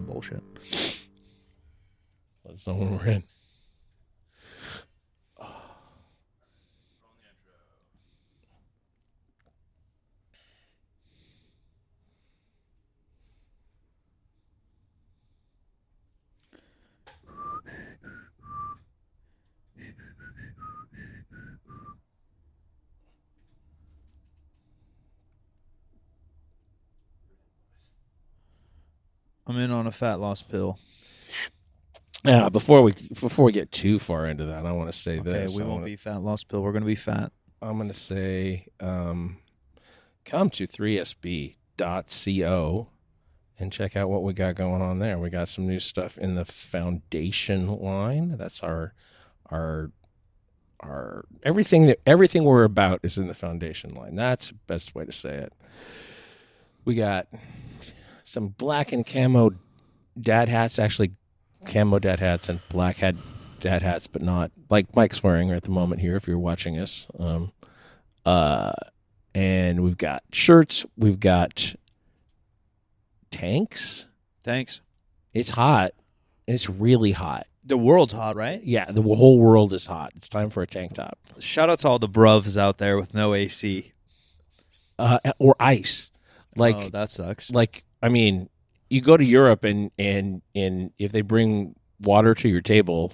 bullshit. Let us know when we're in. I'm in on a fat loss pill. Yeah, before we before we get too far into that, I want to say Okay, this. we I won't wanna- be fat loss pill. We're gonna be fat. I'm going to say um, come to 3sb.co and check out what we got going on there. We got some new stuff in the foundation line. That's our our our everything that everything we're about is in the foundation line. That's the best way to say it. We got some black and camo dad hats, actually camo dad hats and black hat dad hats, but not like Mike's wearing at the moment here. If you're watching us, um, uh, and we've got shirts, we've got tanks. Thanks. It's hot. It's really hot. The world's hot, right? Yeah, the whole world is hot. It's time for a tank top Shout out to all the bruvs out there with no AC. uh, or ice. Like oh, that sucks. like I mean, you go to Europe and and and if they bring water to your table,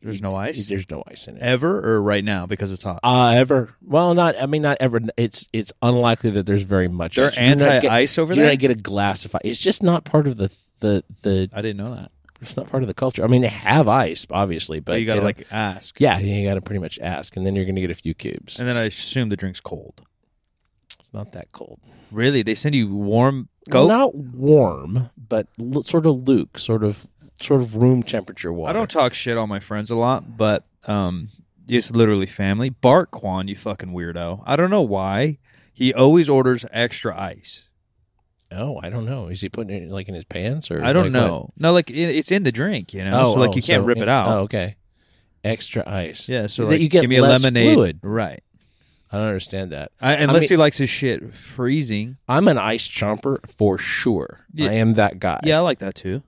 There's no ice there's no ice in it. ever or right now because it's hot. Uh, ever? Well, not. I mean, not ever. It's it's unlikely that there's very much. They're ice. You're not get- anti-ice over You're there. gonna get a glass of ice. It's just not part of the the the. I didn't know that. It's not part of the culture. I mean, they have ice, obviously, but But Oh, you gotta they don't- like ask. yeah, you gotta pretty much ask, and then you're gonna get a few cubes. And then I assume the drink's cold. It's not that cold. Really? They send you warm Coke? Not warm, but l- sort of luke, sort of sort of room temperature water. I don't talk shit on my friends a lot, but um, it's literally family. Bart Kwan, you fucking weirdo. I don't know why he always orders extra ice. Oh, I don't know. Is he putting it like in his pants or? I don't like, what? know. No, like it, it's in the drink, you know. so like you can't so rip in- it out. Oh, okay. Extra ice. Yeah, so That like you get give me less a lemonade, fluid. right? I don't understand that. I, unless mean- he likes his shit freezing. I'm an ice chomper for sure. Yeah. I am that guy. Yeah, I like that too.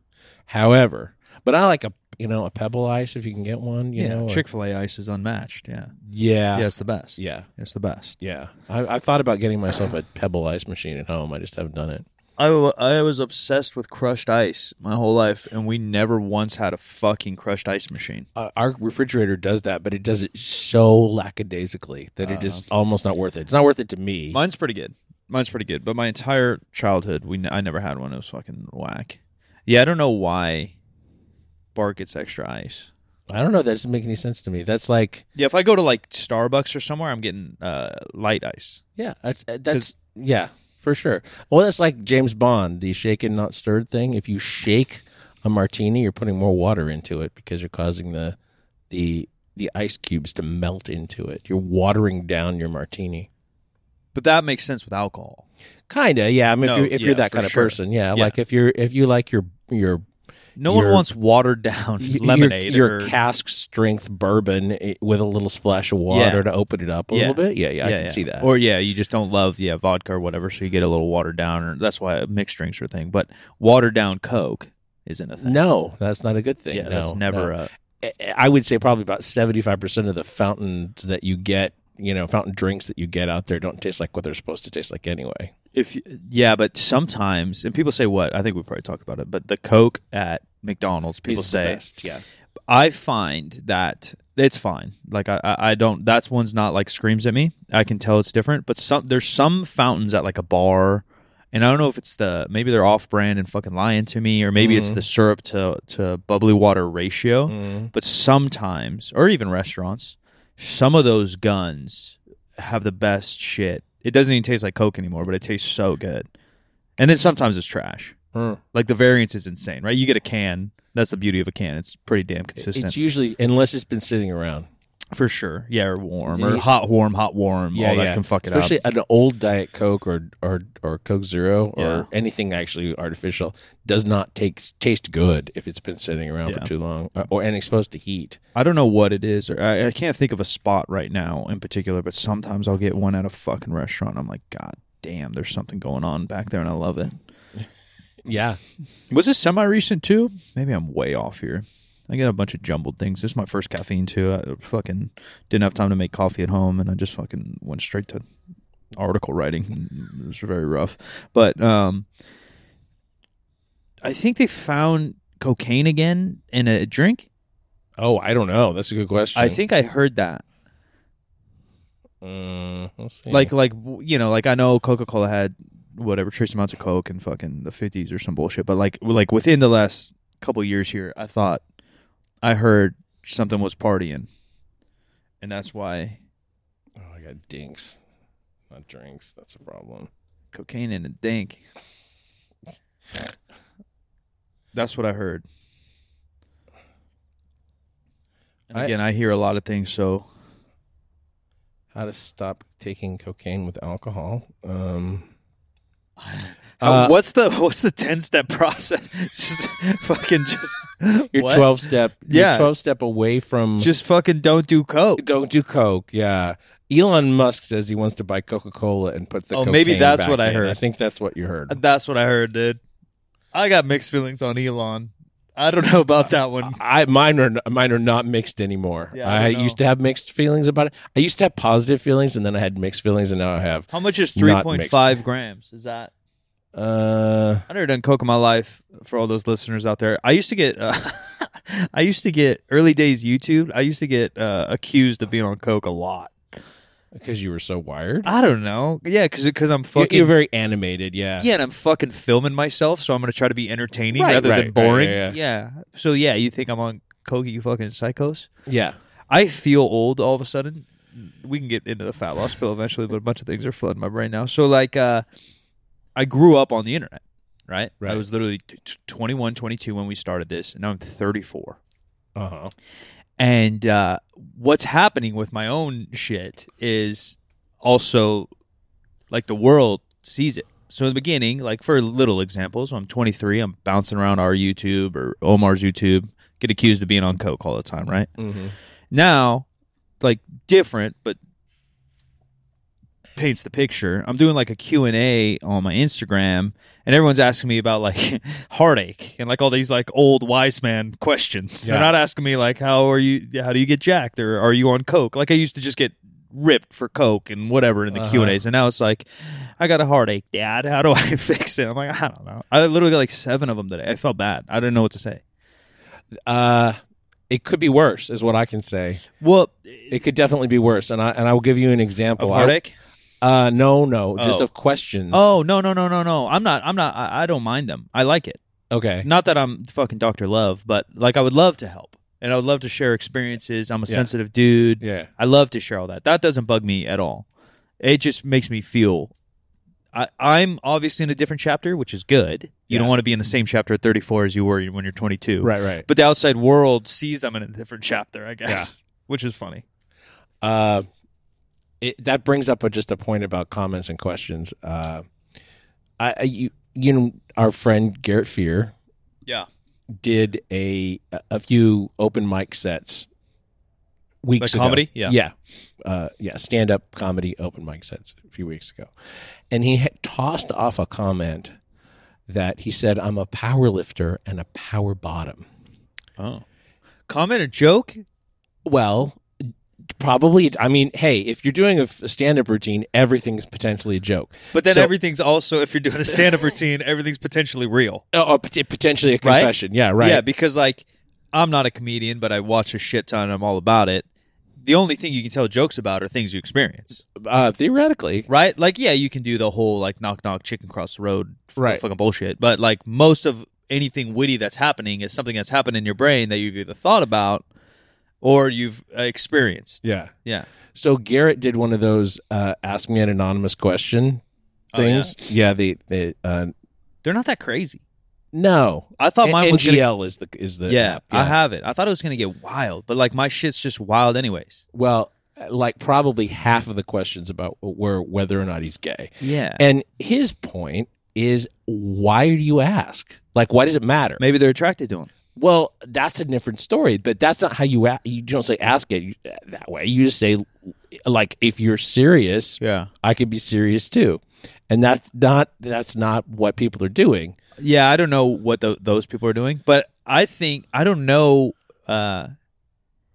However, but I like a you know a pebble ice if you can get one. You yeah, know. or- Chick Fil A ice is unmatched. Yeah, yeah. yeah, it's the best. Yeah. It's the best. Yeah. I, I thought about getting myself a pebble ice machine at home. I just haven't done it. I, wa- I was obsessed with crushed ice my whole life, and we never once had a fucking crushed ice machine. Uh, our refrigerator does that, but it does it so lackadaisically that it is almost not worth it. It's not worth it to me. Mine's pretty good. Mine's pretty good. But my entire childhood, we n- I never had one. It was fucking whack. Yeah, I don't know why Bart gets extra ice. I don't know. That doesn't make any sense to me. That's like Yeah, if I go to like Starbucks or somewhere, I'm getting uh, light ice. yeah. That's uh, that's yeah for sure. Well, that's like James Bond, the shaken not stirred thing. If you shake a martini, you're putting more water into it because you're causing the the the ice cubes to melt into it. You're watering down your martini. But that makes sense with alcohol. Kinda, yeah. I mean, No, if you're if yeah, you're that for kind of sure. person, yeah, Yeah. Like if you're if you like your your No one Your- wants watered down y- lemonade. your, or, your cask strength bourbon i- with a little splash of water to open it up a Yeah. little bit. Yeah, yeah, I Yeah, can yeah. see that. Or yeah, you just don't love yeah vodka or whatever, so you get a little watered down. Or that's why mixed drinks are a thing. But watered down Coke isn't a thing. no, that's not a good thing. yeah, no, that's never no. a I- I would say probably about seventy five percent of the fountains that you get, you know, fountain drinks that you get out there don't taste like what they're supposed to taste like anyway. if you, yeah, but sometimes and people say what I think we probably talked about it, but the Coke at McDonald's, people It's say the best, yeah. I find that it's fine. Like I, I I don't. That's one's not like screams at me. I can tell it's different. But some there's some fountains at like a bar, and I don't know if it's the maybe they're off brand and fucking lying to me, or maybe it's the syrup to to bubbly water ratio. But sometimes, or even restaurants, some of those guns have the best shit. It doesn't even taste like Coke anymore, but it tastes so good. And then sometimes it's trash. Like the variance is insane, right? You get a can. That's the beauty of a can. It's pretty damn consistent. It's usually unless it's been sitting around. For sure. Yeah, or warm. Then Or you- hot, warm, hot, warm. all that can fuck it Especially up. an old Diet Coke or or, or Coke Zero or Yeah. anything actually artificial does not take taste good if it's been sitting around for Yeah. too long uh, or, or and exposed to heat. I don't know what it is. Or I, I can't think of a spot right now in particular, but sometimes I'll get one at a fucking restaurant. I'm like, God damn, there's something going on back there, and I love it. Yeah. Was this semi recent too? Maybe I'm way off here. I got a bunch of jumbled things. This is my first caffeine too. I fucking didn't have time to make coffee at home, and I just fucking went straight to article writing. It was very rough, but um, I think they found cocaine again in a drink. Oh, I don't know. That's a good question. I think I heard that. Mm, we'll see. Like, like you know, like I know Coca Cola had whatever trace amounts of coke in fucking the fifties or some bullshit, but like, like within the last couple years here, I thought I heard something was partying, and that's why oh, I got dinks, not drinks. That's a problem. cocaine in a dink. That's what I heard. And I- again, I hear a lot of things, so How to stop taking cocaine with alcohol? Um, How- Uh, what's the what's the ten step process? just fucking just you're what? twelve step. Yeah. you're twelve step away from. Just fucking don't do coke. don't do coke. Yeah. Elon Musk says he wants to buy Coca Cola and put the. Oh, maybe cocaine that's back what I in. heard. I think that's what you heard. That's what I heard, dude. I got mixed feelings on Elon. I don't know about that one. I mine are mine are not mixed anymore. Yeah, I I, don't know. used to have mixed feelings about it. I used to have positive feelings, and then I had mixed feelings, and now I have. How much is three Not point mixed. five grams? Is that Uh, I never done coke in my life. For all those listeners out there, I used to get, uh, I used to get early days YouTube. I used to get uh, accused of being on coke a lot. because you were so wired. I don't know. Yeah, because I'm You're, fucking you're very animated. Yeah. yeah, and I'm fucking filming myself, so I'm gonna try to be entertaining Right, rather right, than right, boring. yeah, So yeah, you think I'm on coke? You fucking psychos. Yeah. I feel old all of a sudden. We can get into the fat loss pill eventually, but a bunch of things are flooding my brain now. So like, uh, I grew up on the internet, right? I Right. was literally t- t- 21, 22 when we started this, and now I'm 34. Uh huh. And uh, what's happening with my own shit is also like the world sees it. So in the beginning, like for little examples, I'm 23, I'm bouncing around our YouTube or Omar's YouTube, get accused of being on coke all the time, right? Mm-hmm. now like different but paints the picture i'm doing like a q&a on my instagram and everyone's asking me about like heartache and like all these like old wise man questions Yeah. they're not asking me like how are you how do you get jacked or are you on coke like i used to just get ripped for coke and whatever in the Uh-huh. q&a's and now it's like i got a heartache dad how do i fix it i'm like i don't know i literally got like seven of them today i felt bad i didn't know what to say Uh, it could be worse, is what I can say. well It could definitely be worse, and I and I will give you an example. of heartache I, uh, no, no, just Oh. of questions. Oh no no no no no! I'm not I'm not I, I don't mind them. I like it. okay. Not that I'm fucking Doctor Love, but like I would love to help and I would love to share experiences. I'm a Yeah. sensitive dude. Yeah. I love to share all that. That doesn't bug me at all. It just makes me feel. I, I'm obviously in a different chapter, which is good. You don't Yeah. want to be in the same chapter at 34 as you were when you're 22. Right. Right. But the outside world sees I'm in a different chapter, I guess, which is funny. Uh, it, that brings up a, just a point about comments and questions. Uh, I, I you you know our friend Garrett Fear Yeah. did a a few open mic sets weeks Like ago. comedy? Yeah. yeah, uh, yeah. Stand up comedy open mic sets a few weeks ago, and he had tossed off a comment that he said, "I'm a power lifter and a power bottom." Oh. Comment a joke? Well, probably. I mean, hey, if you're doing a stand up routine, everything's potentially a joke. But then So- everything's also, if you're doing a stand up routine, everything's potentially real. Oh, or pot- potentially a Right? confession. Yeah, right. Yeah, because like I'm not a comedian, but I watch a shit ton. I'm all about it. The only thing you can tell jokes about are things you experience, uh, theoretically. right? Like, yeah, you can do the whole like knock knock chicken cross the road, f- Right. Fucking bullshit. But like most of anything witty that's happening is something that's happened in your brain that you've either thought about or you've uh, experienced. Yeah. Yeah, So Garrett did one of those uh, ask me an anonymous question Oh, yeah. things. yeah. the the uh, they're not that crazy. no. I thought Oh, mine N- was gonna, NGL is the is the yeah, uh-huh. app, I have it. I thought it was gonna get wild, but like my shit's just wild anyways. well, like probably half of the questions about were whether or not he's gay. Yeah, And his point is why do you ask? Like why does it matter? maybe they're attracted to him. Well, that's a different story, but that's not how you a- you don't say ask it you- that way. You just say like if you're serious, Yeah, I could be serious too. And that's not that's not what people are doing. yeah, I don't know what tho- those people are doing, but I think I don't know. Uh,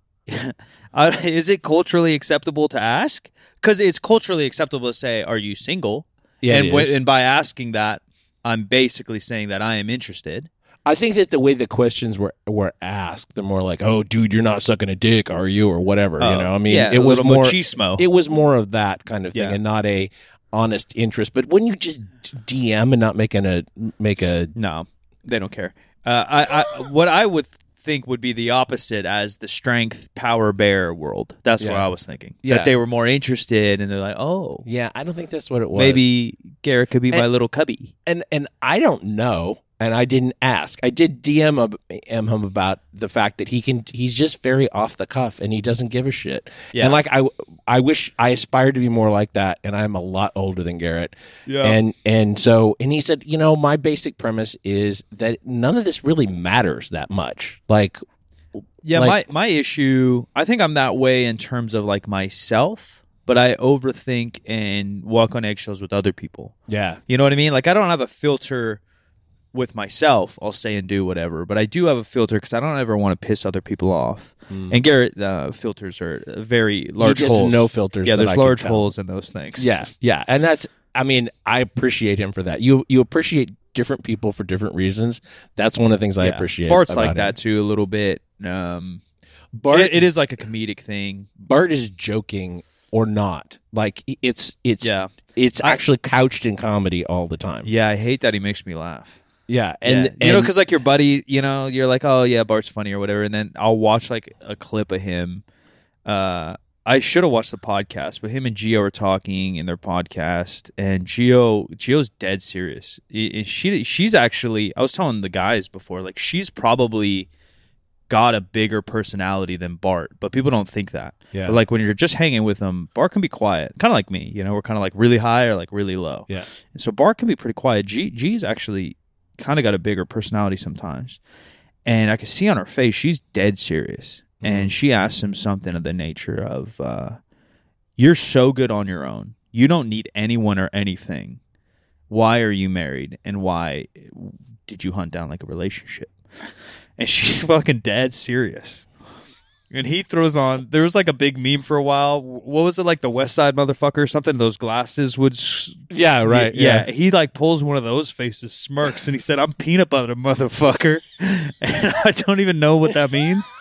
uh, is it culturally acceptable to ask? Because it's culturally acceptable to say, "Are you single?" Yeah, and it when- is. and by asking that, I'm basically saying that I am interested. I think that the way the questions were were asked, they're more like, "Oh, dude, you're not sucking a dick, are you?" or whatever. you Oh, know, I mean, yeah, it a was little more machismo. it was more of that kind of thing, Yeah. and not a honest interest. But when you just DM and not making a make a No, they don't care. Uh, I, I what I would think would be the opposite as the strength power bear world. That's what Yeah. I was thinking. Yeah. That they were more interested, and they're like, "Oh, yeah, I don't think that's what it was. maybe Garrett could be my And- little cubby." and and I don't know, and I didn't ask. I did DM ab- am him about the fact that he can. He's just very off the cuff, and he doesn't give a shit. Yeah. And like I, I wish I aspired to be more like that. And I'm a lot older than Garrett. Yeah. And and so and he said, you know, my basic premise is that none of this really matters that much. Like Yeah, Like- my my issue. I think I'm that way in terms of like myself, but I overthink and walk on eggshells with other people. yeah, You know what I mean? Like I don't have a filter with myself. I'll say and do whatever, but I do have a filter because I don't ever want to piss other people off. And Garrett, uh, filters are very large Hmm. just holes. know filters Yeah, that there's I can large tell. holes in those things. yeah, yeah. And that's. I mean, I appreciate him for that. You you appreciate different people for different reasons. That's one of the things I Yeah. appreciate. Bart's about like him. that too a little bit. Um, Bart it- it is like a comedic thing. Bart is joking or not. Like i- it's it's Yeah. it's actually couched in comedy all the time. Yeah, I hate that he makes me laugh. Yeah, and, Yeah. you know, and- because like your buddy, you know, you're like, oh yeah, Bart's funny or whatever, and then I'll watch like a clip of him. Uh, I should have watched the podcast, but him and Gio are talking in their podcast, and Gio Gio's dead serious. I- I- She she's actually, I was telling the guys before, like she's probably got a bigger personality than Bart, but people don't think that. Yeah. But like when you're just hanging with him, Bart can be quiet, kind of like me. You know, we're kind of like really high or like really low. yeah, And so Bart can be pretty quiet. G G's actually kind of got a bigger personality sometimes. And I could see on her face she's dead serious. And she asks him something of the nature of uh, you're so good on your own. You don't need anyone or anything. Why are you married and why did you hunt down like a relationship? And she's fucking dead serious. And he throws on. There was like a big meme for a while. What was it like the West Side motherfucker or something? Those glasses would s- yeah, right, Y- Yeah. He like pulls one of those faces, smirks, and he said, I'm peanut butter, motherfucker. And I don't even know what that means.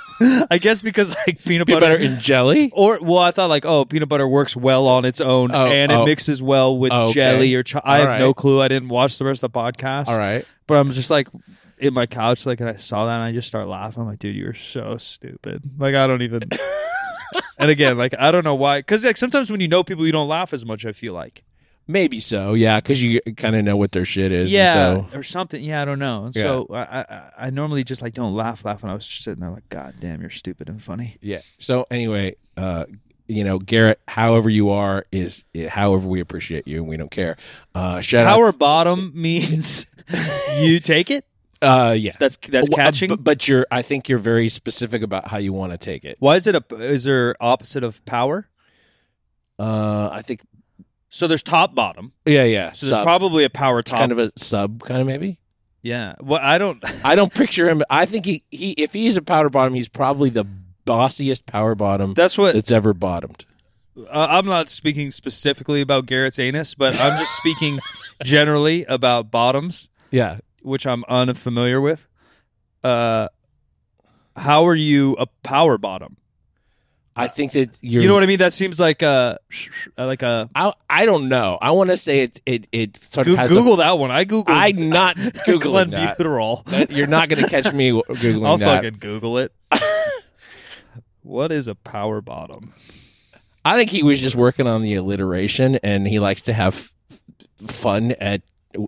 I guess because like peanut Peanut butter butter. and jelly. or well, I thought like, oh, peanut butter works well on its own, Oh, and oh. it mixes well with Oh, okay. jelly or. Cho- I All have right. no clue. I didn't watch the rest of the podcast. All right, but I'm just like in my couch, like, and I saw that, and I just start laughing. I'm like, dude, you're so stupid. Like, I don't even. and again, like, I don't know why, because like sometimes when you know people, you don't laugh as much. I feel like. maybe so. Yeah, because you kind of know what their shit is. and yeah, so or something. Yeah, I don't know. And Yeah. So I, I, I normally just like don't laugh, laugh, and I was just sitting there like, God damn, you're stupid and funny. yeah. So anyway, uh, you know, Garrett, however you are, is eh, however we appreciate you, and we don't care. Uh, shout Power bottom means you take it. out. Uh, yeah. That's that's Well, uh, catching. b- but you're. I think you're very specific about how you want to take it. Why is it a? Is there opposite of power? Uh, I think. So there's top bottom. Yeah, yeah. So there's probably a power top. kind of a sub kind of maybe yeah. Well, I don't. i don't picture him i think he, he if he's a powder bottom he's probably the bossiest power bottom That's what that's ever bottomed uh, I'm not speaking specifically about Garrett's anus, but I'm just speaking generally about bottoms. yeah which I'm unfamiliar with. Uh, how are you a power bottom? i think that you're You know what I mean? That seems like a uh, like a I, I don't know i want to say it it it sort Goo- of has Google that one. I googled. i i'm not googling that Glenbuterol. you're not going to catch me googling I'll that fucking Google it. what is a power bottom? i think he was just working on the alliteration and he likes to have f- fun at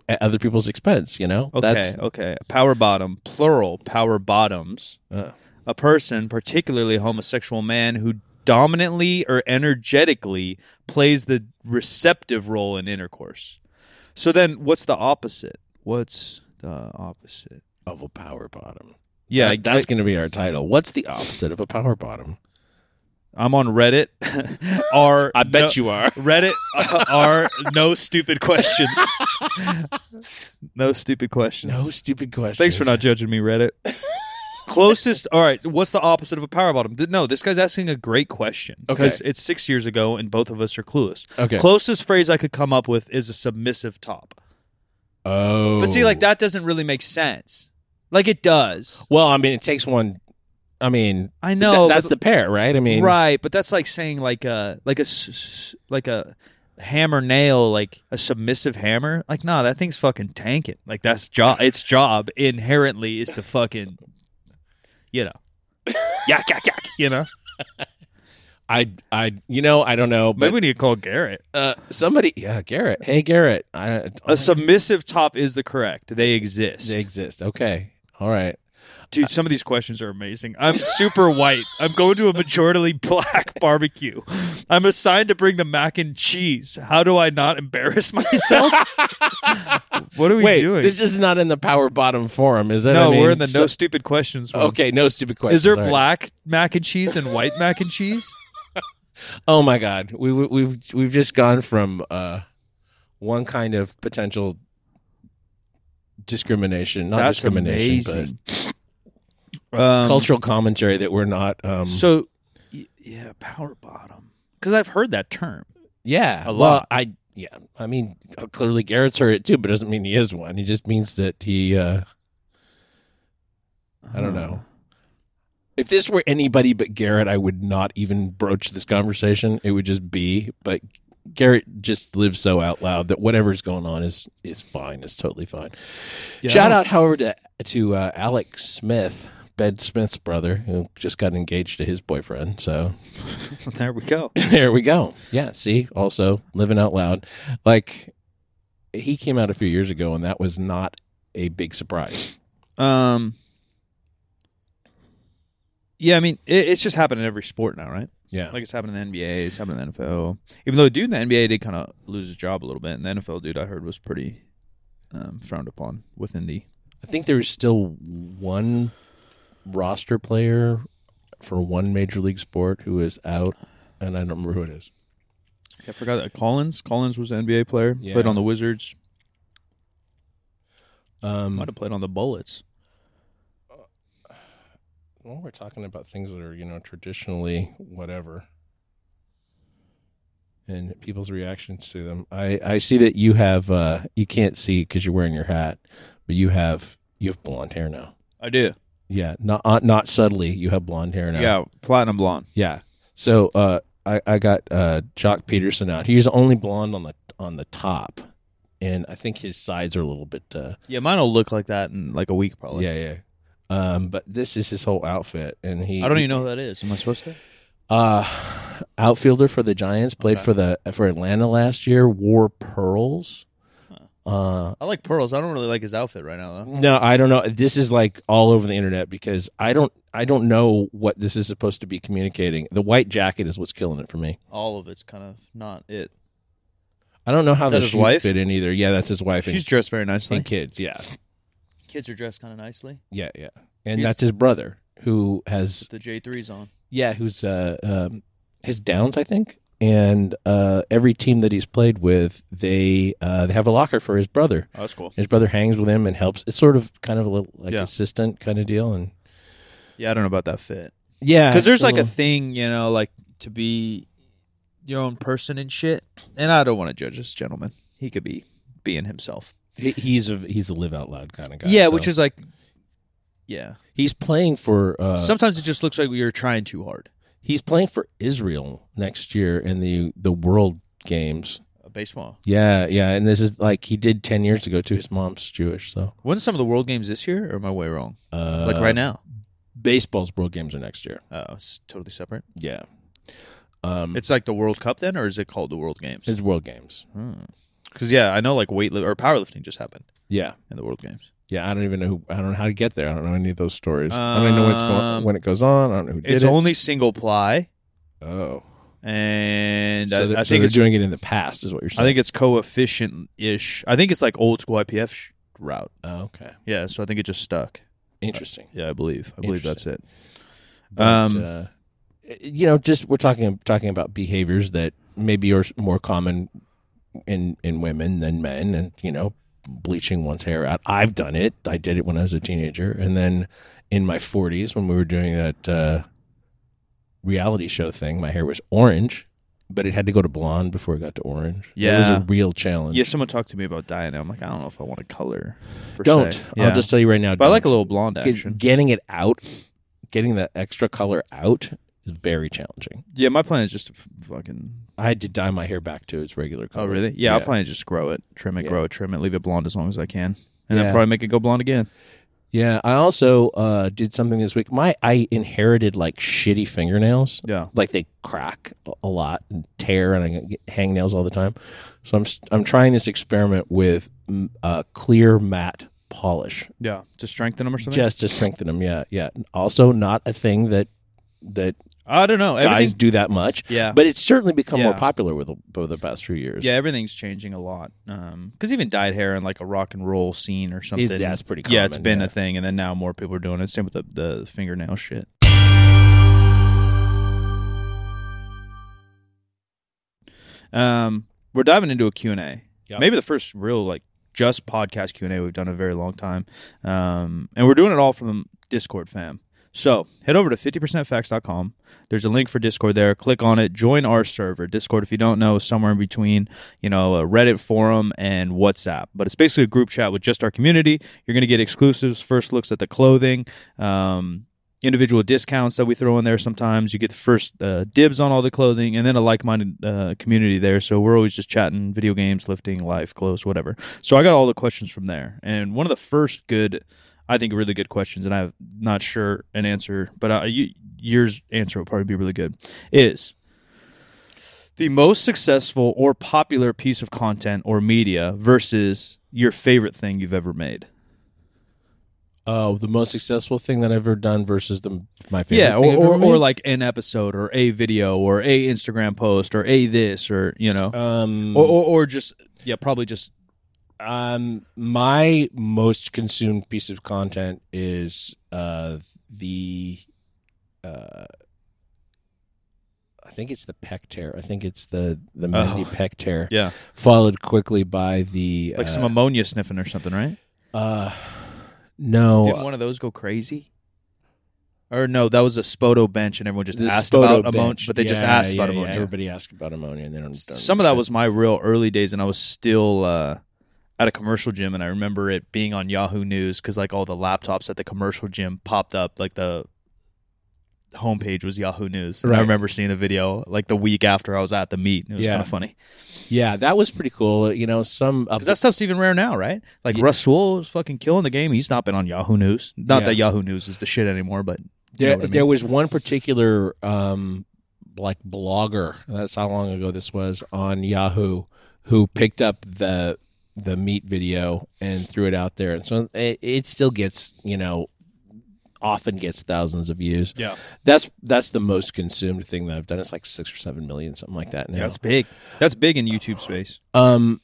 at other people's expense, you know. Okay, That's okay. A power bottom, plural power bottoms. uh, a person, particularly a homosexual man, who dominantly or energetically plays the receptive role in intercourse. So then, what's the opposite? What's the opposite? of a power bottom. Yeah, That- that's going to be our title. What's the opposite of a power bottom? I'm on Reddit. Are I bet you are. Reddit are no stupid questions. no stupid questions. No stupid questions. Thanks for not judging me, Reddit. Closest. All right. What's the opposite of a power bottom? Th- No, this guy's asking a great question because Okay. it's six years ago and both of us are clueless. Okay. Closest phrase I could come up with is a submissive top. oh. But see, like that doesn't really make sense. Like it does. Well, I mean, it takes one. I mean, I know. th- that's but- the pair, right? I mean, right, but that's like saying like a like a s- s- like a hammer nail, like a submissive hammer. Like, nah, that thing's fucking tanking. Like that's job. Its job inherently is to fucking, you know, yak yak yak. You know, I, I, you know, I don't know, but maybe we need to call Garrett. uh, somebody, yeah, Garrett. Hey, Garrett. I, A submissive top is the correct. They exist. they exist. Okay, all right. Dude, some of these questions are amazing. I'm super white. I'm going to a majority black barbecue. I'm assigned to bring the mac and cheese. How do I not embarrass myself? what are we Wait, doing? this is not in the power bottom forum, is it? no, I mean, we're in the no so- stupid questions. Room. okay, no stupid questions. Is there all right. black mac and cheese and white mac and cheese? Oh my God, we we- we've we've just gone from uh, one kind of potential discrimination, not That's discrimination, amazing. Um, but cultural commentary that we're not. Um, So, y- yeah, power bottom. Because I've heard that term. Yeah, A well, lot. I yeah, I mean, uh, clearly Garrett's heard it too, but it doesn't mean he is one. He just means that he. uh I don't know. If this were anybody but Garrett, I would not even broach this conversation. It would just be, but Garrett just lives so out loud that whatever's going on is is fine. It's totally fine. Yeah, I Shout don't- out, however, to to uh, Alex Smith, Bed Smith's brother, who just got engaged to his boyfriend. So There we go. there we go. Yeah. See, also living out loud. Like he came out a few years ago, and that was not a big surprise. Um. Yeah, I mean, it, it's just happened in every sport now, right? Yeah. Like it's happened in the NBA, it's happened in the NFL. Even though the dude in the NBA did kind of lose his job a little bit, and the NFL dude I heard was pretty um, frowned upon within the. I think there was still one roster player for one major league sport who is out, and I don't remember who it is. I forgot that Collins. Collins was an NBA player. Yeah. Played on the Wizards. Might Um, have played on the Bullets. well, we're talking about things that are you know traditionally whatever, and people's reactions to them. I I see that you have uh you can't see because you're wearing your hat, but you have you have blonde hair now. I do. Yeah, not uh, not subtly. You have blonde hair now. Yeah, platinum blonde. yeah. So uh, I I got uh Jock Peterson out. He's only blonde on the on the top, and I think his sides are a little bit. Uh, Yeah, mine'll look like that in like a week probably. yeah, yeah. Um, but this is his whole outfit, and he I don't even know who that is. Am I supposed to? Uh, outfielder for the Giants, played Okay. for the for Atlanta last year. Wore pearls. Uh, I like pearls. I don't really like his outfit right now though. no, I don't know. This is like all over the internet because I don't I don't know what this is supposed to be communicating. The white jacket is what's killing it for me. All of it's kind of not it. I don't know how Is that the his shoes wife? fit in either. Yeah, that's his wife She's and, dressed very nicely. and kids. Yeah, Kids are dressed kind of nicely. yeah, yeah. And He's- that's his brother who has The J three's on. yeah who's uh um, his downs I think. And uh, every team that he's played with, they uh, they have a locker for his brother. Oh, that's cool. His brother hangs with him and helps. It's sort of kind of a little like Yeah. assistant kind of deal. And Yeah, I don't know about that fit. yeah, Because there's like a thing thing, you know, like to be your own person and shit. And I don't want to judge this gentleman. He could be being himself. he's a he's a live out loud kind of guy. yeah, so- which is like, yeah. he's playing for uh, Sometimes it just looks like you're trying too hard. he's playing for Israel next year in the the World Games. Uh, Baseball. Yeah, yeah, and this is like he did ten years ago too. His mom's Jewish, so When's some of the World Games this year? Or am I way wrong? uh, Like right now? baseball's World Games are next year. Oh, it's totally separate. Yeah, um, It's like the World Cup then, or mm. is it called the World Games? it's World Games. Because yeah, I know like weightlift or powerlifting just happened Yeah, in the World Games. yeah. I don't even know. Who, I don't know how to get there. I don't know any of those stories. I don't even know what's Um, going when it goes on. I don't know who did it's it. only single ply, oh, and so I, they're, I so think they're it's doing it in the past, is what you're I saying. think it's coefficient ish. I think it's like old school IPF sh- route. oh, okay, Yeah, so I think it just stuck. interesting. Yeah, I believe. I believe that's it. But, Um, uh, you know, just we're talking talking about behaviors that maybe are more common in in women than men, and you know, bleaching one's hair out. I've done it. I did it when I was a teenager, and then in my 40s when we were doing that uh, reality show thing, my hair was orange, but it had to go to blonde before it got to orange. it was Yeah. a real challenge. Yeah, someone talked to me about dyeing it. I'm like, I don't know if I want to color. per don't. se. Yeah. I'll just tell you right now. But I like a don't. little blonde 'Cause action. Getting it out, getting that extra color out is very challenging. Yeah, my plan is just to f- fucking. I had to dye my hair back to its regular Oh color. really? Yeah, I plan to just grow it, trim it, Yeah. grow it, trim it, leave it blonde as long as I can, and Yeah. then probably make it go blonde again. Yeah, I also uh, did something this week. My I inherited like shitty fingernails. Yeah. Like they crack a- a lot and tear, and I get hang nails all the time. So I'm s- I'm trying this experiment with mm, uh, clear matte polish Yeah, to strengthen them or something. just to strengthen them. Yeah, yeah. Also, not a thing that that I don't know. guys Everything, do that much. yeah, But it's certainly become more Yeah. popular with the, over the past few years. yeah, everything's changing a lot. Um, because even dyed hair in like a rock and roll scene or something. Is, that's pretty common. yeah, it's been yeah. a thing, and then now more people are doing it. Same with the, the fingernail shit. Um, we're diving into a Q and A. Yeah. Maybe the first real like just podcast Q and A we've done in a very long time. Um, and we're doing it all from Discord, fam. So head over to 50percentfacts.com. There's a link for Discord there. Click on it. Join our server. Discord, if you don't know, is somewhere in between, you know, a Reddit forum and WhatsApp. But it's basically a group chat with just our community. You're going to get exclusives, first looks at the clothing, um, individual discounts that we throw in there sometimes. You get the first uh, dibs on all the clothing and then a like minded uh, community there. So we're always just chatting video games, lifting, life, clothes, whatever. So I got all the questions from there. And one of the first good, I think, really good questions, and I'm not sure an answer, but uh, you, yours answer will probably be really good, is the most successful or popular piece of content or media versus your favorite thing you've ever made. Oh, the most successful thing that I've ever done versus the my favorite. yeah, thing or, I've ever or, or made? like an episode or a video or a Instagram post or a this or you know um, or, or or just yeah probably just um, my most consumed piece of content is uh the uh. I think it's the pec tear. I think it's the the Mandy Oh. pec tear, yeah followed quickly by the like uh, some ammonia sniffing or something, right? uh, no, Didn't one of those go crazy? Or no, that was a Spoto bench, and everyone just The asked Spoto about ammonia, bench. but they just Yeah, asked about yeah, yeah. ammonia. Everybody asked about ammonia, and they don't. don't some of that was my real early days and i was still uh, at a commercial gym and i remember it being on yahoo news because like all the laptops at the commercial gym popped up like the homepage was yahoo news and Right. i remember seeing the video like the week after i was at the meet and it was Yeah. kind of funny Yeah, that was pretty cool. You know, some uh, because that stuff's even rare now right like Yeah. russell is fucking killing the game he's not been on yahoo news not Yeah. that yahoo news is the shit anymore but you know there, what I mean. there was one particular um like blogger. That's how long ago this was on Yahoo who picked up the the meat video and threw it out there, and so it, it still gets you know often gets thousands of views. yeah, That's that's the most consumed thing that I've done. It's like six or seven million, something like that. Now. that's big that's big in youtube space Um,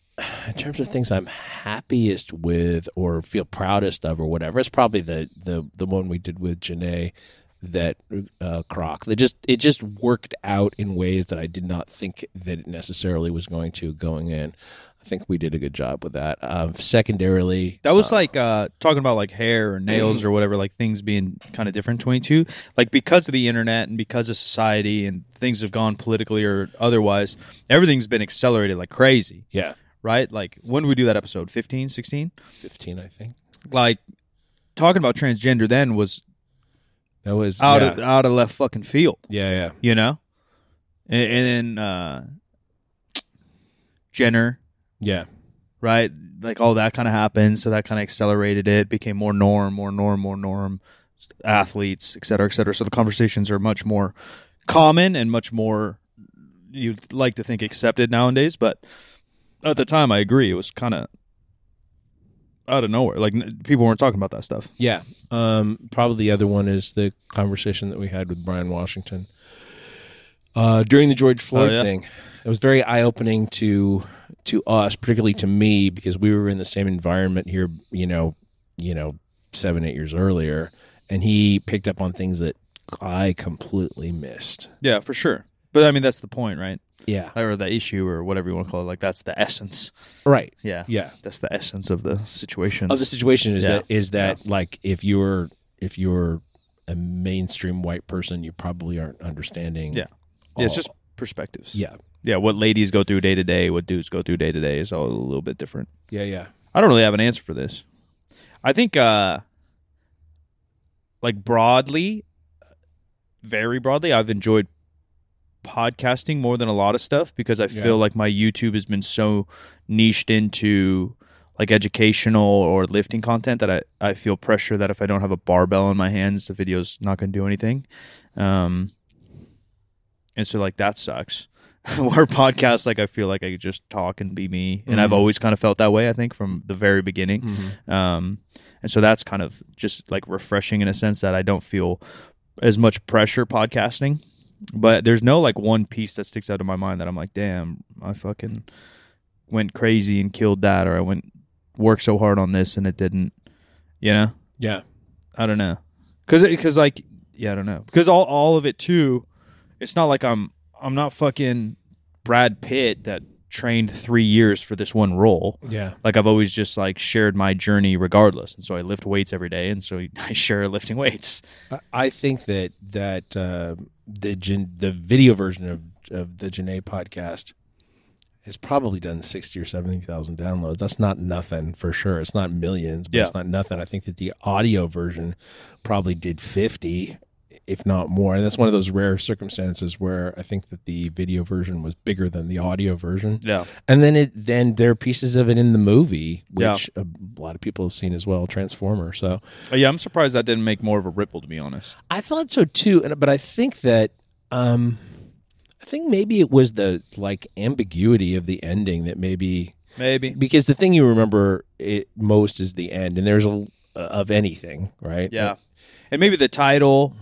in terms of things I'm happiest with or feel proudest of or whatever, it's probably the the the one we did with Janae that uh, Croc. That just it just worked out in ways that I did not think that it necessarily was going to going in. I think we did a good job with that. Um, secondarily, That was uh, Mm-hmm. like uh, talking about like hair or nails or whatever, like things being kind of different. Twenty two, like because of the internet and because of society and things have gone politically or otherwise, everything's been accelerated like crazy, yeah, right? Like when did we do that episode 15, 16? fifteen. I think like talking about transgender then was that was out yeah. of out of left fucking field, yeah, yeah. you know. And, and then uh, Jenner, Yeah. right? Like all that kind of happened, so that kind of accelerated it, became more norm, more norm, more norm, athletes, et cetera, et cetera. So the conversations are much more common and much more you'd like to think accepted nowadays. But at the time, I agree, it was kind of out of nowhere. Like n- people weren't talking about that stuff. Yeah. Um, probably the other one is the conversation that we had with Brian Washington uh, during the George Floyd Oh, yeah. thing. It was very eye opening to to us, particularly to me, because we were in the same environment here. You know, you know, seven eight years earlier, and he picked up on things that I completely missed. Yeah, for sure. But I mean, that's the point, right? Yeah. Or the issue, or whatever you want to call it. Like that's the essence. Right. Yeah, Yeah. that's the essence of the situation. Of the situation is Yeah. that is that like if you're if you're a mainstream white person, you probably aren't understanding. Yeah. Yeah, it's all- just perspectives. yeah, yeah. What ladies go through day to day, what dudes go through day to day is all a little bit different. yeah, yeah. I don't really have an answer for this. I think, uh like broadly, very broadly, I've enjoyed podcasting more than a lot of stuff because I Yeah. feel like my YouTube has been so niched into like educational or lifting content that I, I feel pressure that if I don't have a barbell in my hands, the video's not going to do anything. Um, and so like that sucks. Where podcasts, like I feel like I could just talk and be me, and I've Mhm. always kind of felt that way. I think from the very beginning, Mm-hmm. um, and so that's kind of just like refreshing in a sense that I don't feel as much pressure podcasting. But there's no like one piece that sticks out in my mind that I'm like, damn, I fucking went crazy and killed that, or I went worked so hard on this and it didn't. You know, Yeah, I don't know, because because like yeah, I don't know, because all all of it too. It's not like I'm I'm not fucking Brad Pitt that trained three years for this one role yeah, like I've always just like shared my journey regardless. And so I lift weights every day, and so I share lifting weights. I- I think that that uh, the gen, the video version of of the Janae podcast has probably done sixty or seventy thousand downloads. That's not nothing for sure. It's not millions, but Yeah. it's not nothing. I think that the audio version probably did fifty, if not more. And that's one of those rare circumstances where I think that the video version was bigger than the audio version. Yeah, And then it then there are pieces of it in the movie, Yeah. which a lot of people have seen as well, Transformer. So. yeah. I'm surprised that didn't make more of a ripple, to be honest. I thought so too, and but I think that um, I think maybe it was the like ambiguity of the ending that maybe Maybe. because the thing you remember it most is the end, and there's a of anything, right? Yeah, and maybe the title.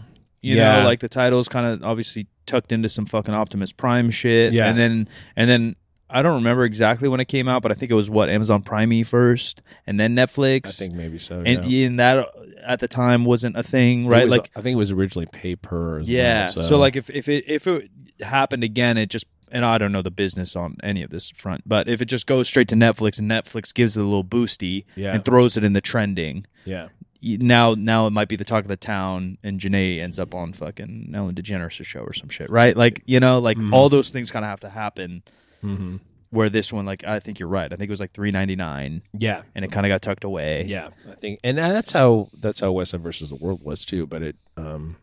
You Yeah. know, like the title's kind of obviously tucked into some fucking Optimus Prime shit. Yeah. and then and then I don't remember exactly when it came out, but I think it was what Amazon Prime first, and then Netflix. I think maybe so. and, yeah. and that uh, at the time wasn't a thing, It right? was- like I think it was originally pay per. As Yeah. well, so. like if if it if it happened again, it just and I don't know the business on any of this front, but if it just goes straight to Netflix and Netflix gives it a little boosty Yeah. and throws it in the trending, yeah, y- now now it might be the talk of the town, and Janae ends up on fucking Ellen DeGeneres' show or some shit, right? Like you know, like Mm-hmm. all those things kind of have to happen. hmm Where this one, like I think you're right. I think it was like three ninety nine, yeah, and it kind of got tucked away. yeah. I think, and that's how that's how West Side versus the World was too. But it, um,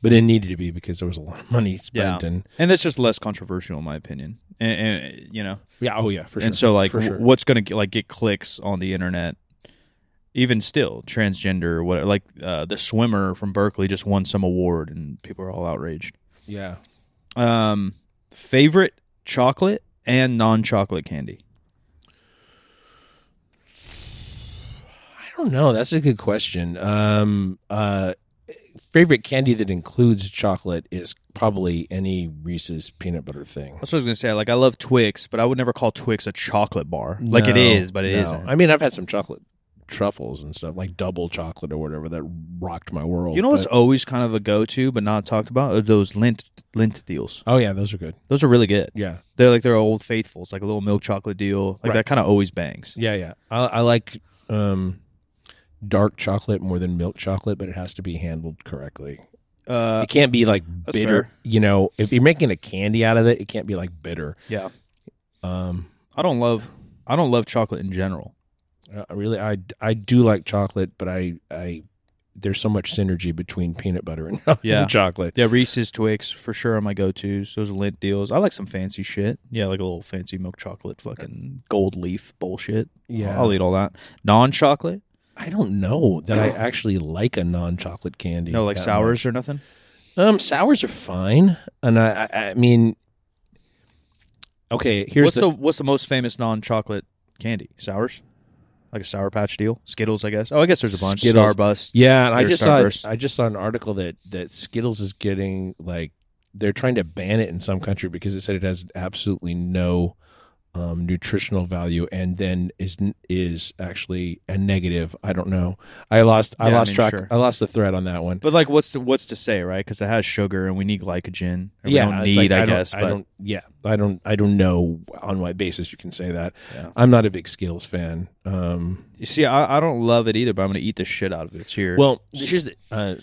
but it needed to be because there was a lot of money spent, and and that's just less controversial in my opinion. And, and you know, yeah, oh yeah, for sure. and so like for w- sure. what's gonna get, like get clicks on the internet even still transgender what like uh, the swimmer from berkeley just won some award and people are all outraged yeah. um favorite chocolate and non-chocolate candy I don't know. That's a good question. Um, uh, favorite candy that includes chocolate is probably any Reese's peanut butter thing. that's what i was gonna say like i love twix but i would never call twix a chocolate bar like it No, is but it no. not I mean, I've had some chocolate truffles and stuff, like double chocolate or whatever, that rocked my world. you know what's but- always kind of a go-to but not talked about are those lint lint deals Oh yeah, those are good. those are really good Yeah, they're like they're old faithfuls like a little milk chocolate deal like Right. that kind of always bangs yeah, yeah. I, I like um, dark chocolate more than milk chocolate, but it has to be handled correctly. uh it can't be like that's bitter. fair. You know, if you're making a candy out of it, it can't be like bitter. yeah Um, I don't love I don't love chocolate in general. Uh, really, I I do like chocolate, but I I there's so much synergy between peanut butter and, Yeah. and chocolate. Yeah, Reese's Twix for sure are my go tos. Those are lint deals. I like some fancy shit. Yeah, like a little fancy milk chocolate, fucking gold leaf bullshit. Yeah. I'll eat all that. Non chocolate? I don't know that I actually like a non-chocolate candy. No, like that sours or nothing. much. Um, sours are fine, and I I, I mean, okay, here's what's the, the, what's the most famous non chocolate candy? Sours, like a sour patch deal. Skittles, I guess. Oh, I guess there's a bunch. Skittles. Starburst. yeah, and I There's just saw Starburst. I just saw an article that that Skittles is getting like they're trying to ban it in some country because it said it has absolutely no um, nutritional value, and then is is actually a negative. I don't know. I lost. I Yeah, I lost mean, track. sure. I lost the thread on that one. But like, what's to, what's to say, right? Because it has sugar, and we need glycogen. and we don't it's need, like, I, don't- guess. I but don't. Yeah, I don't. I don't know on what basis you can say that. Yeah. I'm not a big Skittles fan. Um, you see, I, I don't love it either, but I'm gonna eat the shit out of it. It's here. Well, here's the uh,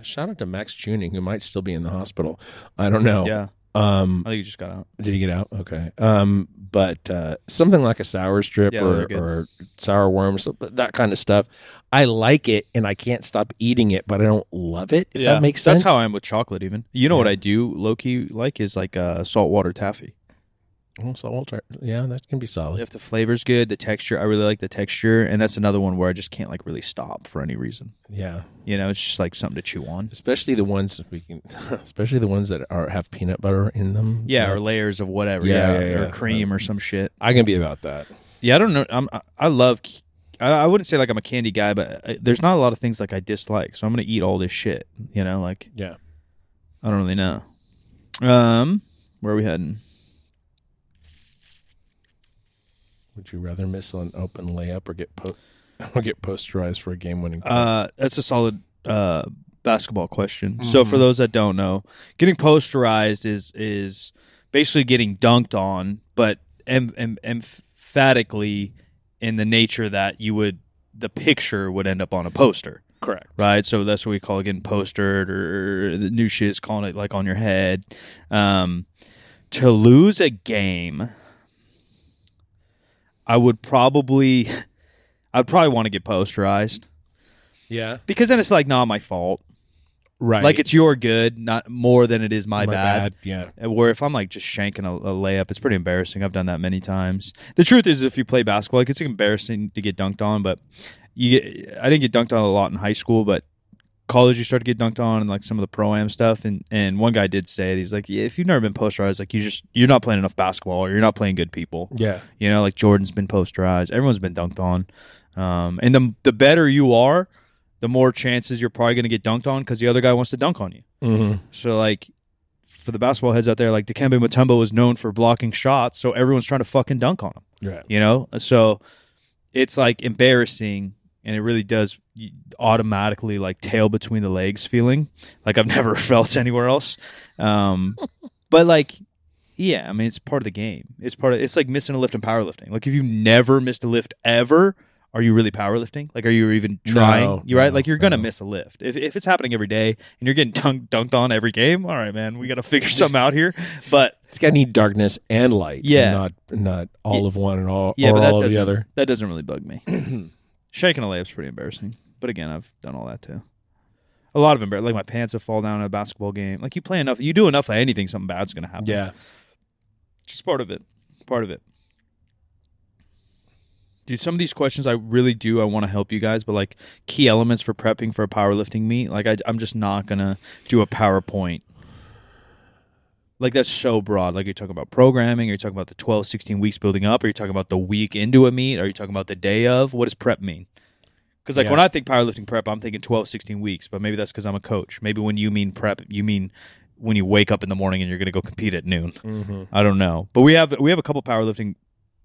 shout out to Max Tuning, who might still be in the hospital. I don't know. yeah, Um, I think you just got out. did he get out? Okay. Um, but uh, something like a sour strip Yeah, or, they're good. or sour worm, so that kind of stuff. I like it, and I can't stop eating it, but I don't love it. If that makes sense. That's how I am with chocolate. Even you know what Yeah. I do, low key like is like uh, saltwater taffy. Oh, so we'll try- Yeah, that can be solid. If the flavor's good, the texture, I really like the texture, and that's another one where I just can't like really stop for any reason. Yeah, You know, it's just like something to chew on. especially the ones that we can, especially the ones that are have peanut butter in them. Yeah, or That's- layers of whatever. Yeah, Yeah, yeah, or yeah. cream or some shit. I can be about that. Yeah, I don't know. I'm, I- I love. I, I wouldn't say like I'm a candy guy, but uh there's not a lot of things like I dislike. So I'm gonna eat all this shit. You know, like Yeah. I don't really know. Um, where are we heading? Would you rather miss an open layup or get po- or get posterized for a game-winning? goal? Uh, that's a solid uh, basketball question. So for those that don't know, getting posterized is is basically getting dunked on, but em- em- emphatically in the nature that you would the picture would end up on a poster, correct. right? So that's what we call getting postered, or the new shit is calling it like on your head. Um, to lose a game, I would probably, I'd probably want to get posterized Yeah. because then it's like not my fault Right. like it's your good not more than it is my, bad. Yeah. And Where if I'm like just shanking a, a layup, it's pretty embarrassing. I've done that many times. The truth is, if you play basketball, like it's embarrassing to get dunked on. But you get, I didn't get dunked on a lot in high school, but college you start to get dunked on, and like some of the pro am stuff. And and one guy did say it. He's like, yeah, if you've never been posterized, like you just you're not playing enough basketball, or you're not playing good people. Yeah. You know, like Jordan's been posterized. Everyone's been dunked on. Um, and the the better you are, the more chances you're probably going to get dunked on because the other guy wants to dunk on you. Mm-hmm. So like for the basketball heads out there, like Dikembe Mutombo is known for blocking shots, so everyone's trying to fucking dunk on him. Right. You know, so it's like embarrassing, and it really does y- automatically like tail between the legs feeling like I've never felt anywhere else. Um, but like. Yeah, I mean it's part of the game. It's part of it's like missing a lift in powerlifting. Like if you never missed a lift ever, are you really powerlifting? Like are you even trying? No, you right? no, like you're gonna no. miss a lift. If if it's happening every day and you're getting dunked dunked on every game, all right, man, we gotta figure something out here. But It's got to need darkness and light. Yeah. Not not all of one and all Yeah, or but that all of the doesn't- Mm-hmm. other. That doesn't really bug me. Shaking a layup's pretty embarrassing. But again, I've done all that too. A lot of embarrassing. Like my pants have fall down at a basketball game. Like you play enough, you do enough of anything, something bad's gonna happen. Yeah. it's just part of it. Part of it. Dude, some of these questions I really do. I want to help you guys, but like key elements for prepping for a powerlifting meet. Like I, I'm just not gonna do a PowerPoint. Like that's so broad. Like you're talking about programming, or you're talking about the 12, 16 weeks building up, or you're talking about the week into a meet, or you're talking about the day of. What does prep mean? Because like Yeah. when I think powerlifting prep, I'm thinking 12, 16 weeks, but maybe that's because I'm a coach. Maybe when you mean prep, you mean when you wake up in the morning and you're gonna go compete at noon. Mm-hmm. I don't know, but we have we have a couple powerlifting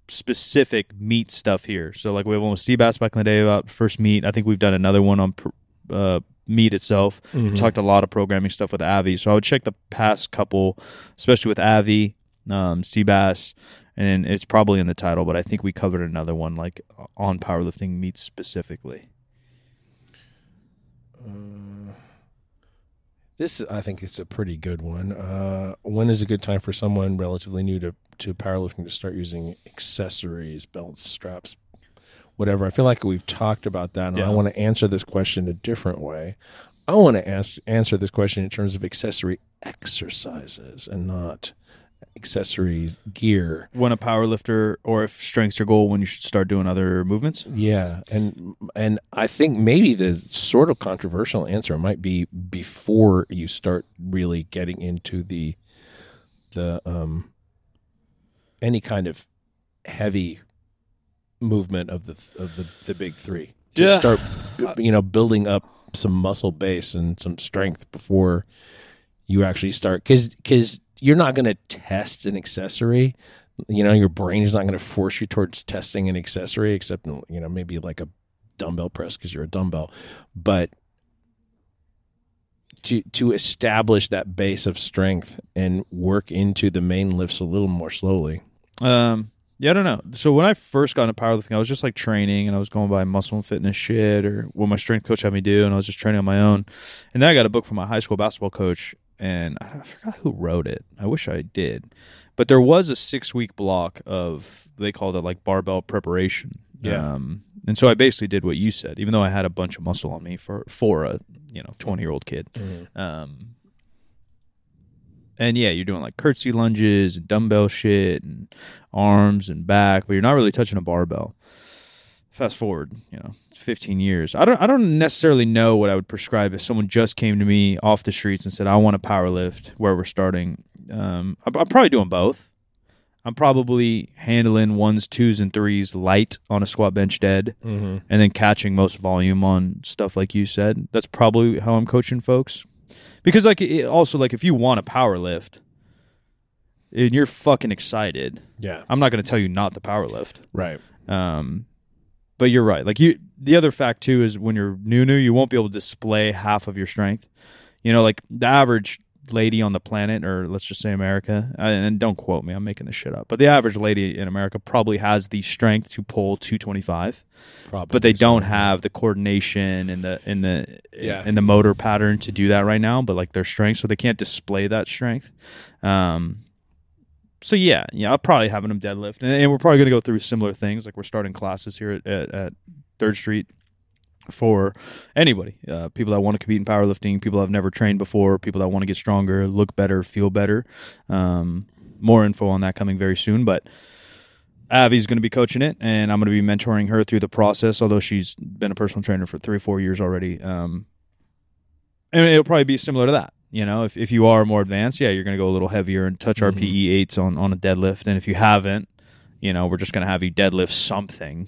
specific meet stuff here. So like we have one with Seabass back in the day about first meet. I think we've done another one on pr- uh, meet itself. Mm-hmm. We talked a lot of programming stuff with Avi. So I would check the past couple, especially with Avi, um, Seabass, and it's probably in the title. But I think we covered another one like on powerlifting meets specifically. This is- I think it's a pretty good one. Uh, when is a good time for someone relatively new to to powerlifting to start using accessories, belts, straps, whatever? I feel like we've talked about that, and Yeah. I want to answer this question a different way. I want to ask answer this question in terms of accessory exercises and not accessories gear. When a powerlifter or if strength's your goal, when you should start doing other movements. Yeah, and and I think maybe the sort of controversial answer might be before you start really getting into the the um any kind of heavy movement of the of the the big 3. Just Yeah. start bu- you know building up some muscle base and some strength before you actually start cuz cuz you're not going to test an accessory You know, your brain is not going to force you towards testing an accessory, except you know maybe like a dumbbell press because you're a dumbbell, but to to establish that base of strength and work into the main lifts a little more slowly. Um, yeah, I don't know. So when I first got into powerlifting, I was just like training, and I was going by muscle and fitness shit or what my strength coach had me do, and I was just training on my own. And then I got a book from my high school basketball coach, and I I forgot who wrote it. I wish I did, but there was a six week block of they called it like barbell preparation. Yeah. Um, and so I basically did what you said, even though I had a bunch of muscle on me for for a you know twenty year old kid. Um, and yeah, you're doing like curtsy lunges and dumbbell shit and arms and back, but you're not really touching a barbell. Fast forward, you know, 15 years. I don't, I don't necessarily know what I would prescribe if someone just came to me off the streets and said, "I want to power lift." Where we're starting, um, I'm, I'm probably doing both. I'm probably handling ones, twos, and threes light on a squat bench dead Mm-hmm. and then catching most volume on stuff like you said. That's probably how I'm coaching folks. Because like it, also like if you want a power lift and you're fucking excited, Yeah. I'm not going to tell you not to power lift. Right. Um but you're right. Like you the other fact too is when you're new new, you won't be able to display half of your strength. You know, like the average lady on the planet or let's just say America, uh, and and don't quote me, I'm making this shit up. But the average lady in America probably has the strength to pull 225 Probably. but they don't have the coordination and the and the Yeah. and the motor pattern to do that right now. But like their strength, so they can't display that strength. Um, so yeah, yeah, I'll probably having them deadlift, and, and we're probably going to go through similar things. Like we're starting classes here at, at, at Third Street for anybody, uh, people that want to compete in powerlifting, people that have never trained before, people that want to get stronger, look better, feel better. Um, more info on that coming very soon, but Avi's going to be coaching it, and I'm going to be mentoring her through the process. Although she's been a personal trainer for three or four years already, um, and it'll probably be similar to that. You know, if if you are more advanced, yeah, you're going to go a little heavier and touch Mhm. RPE eights on on a deadlift, and if you haven't, you know, we're just going to have you deadlift something,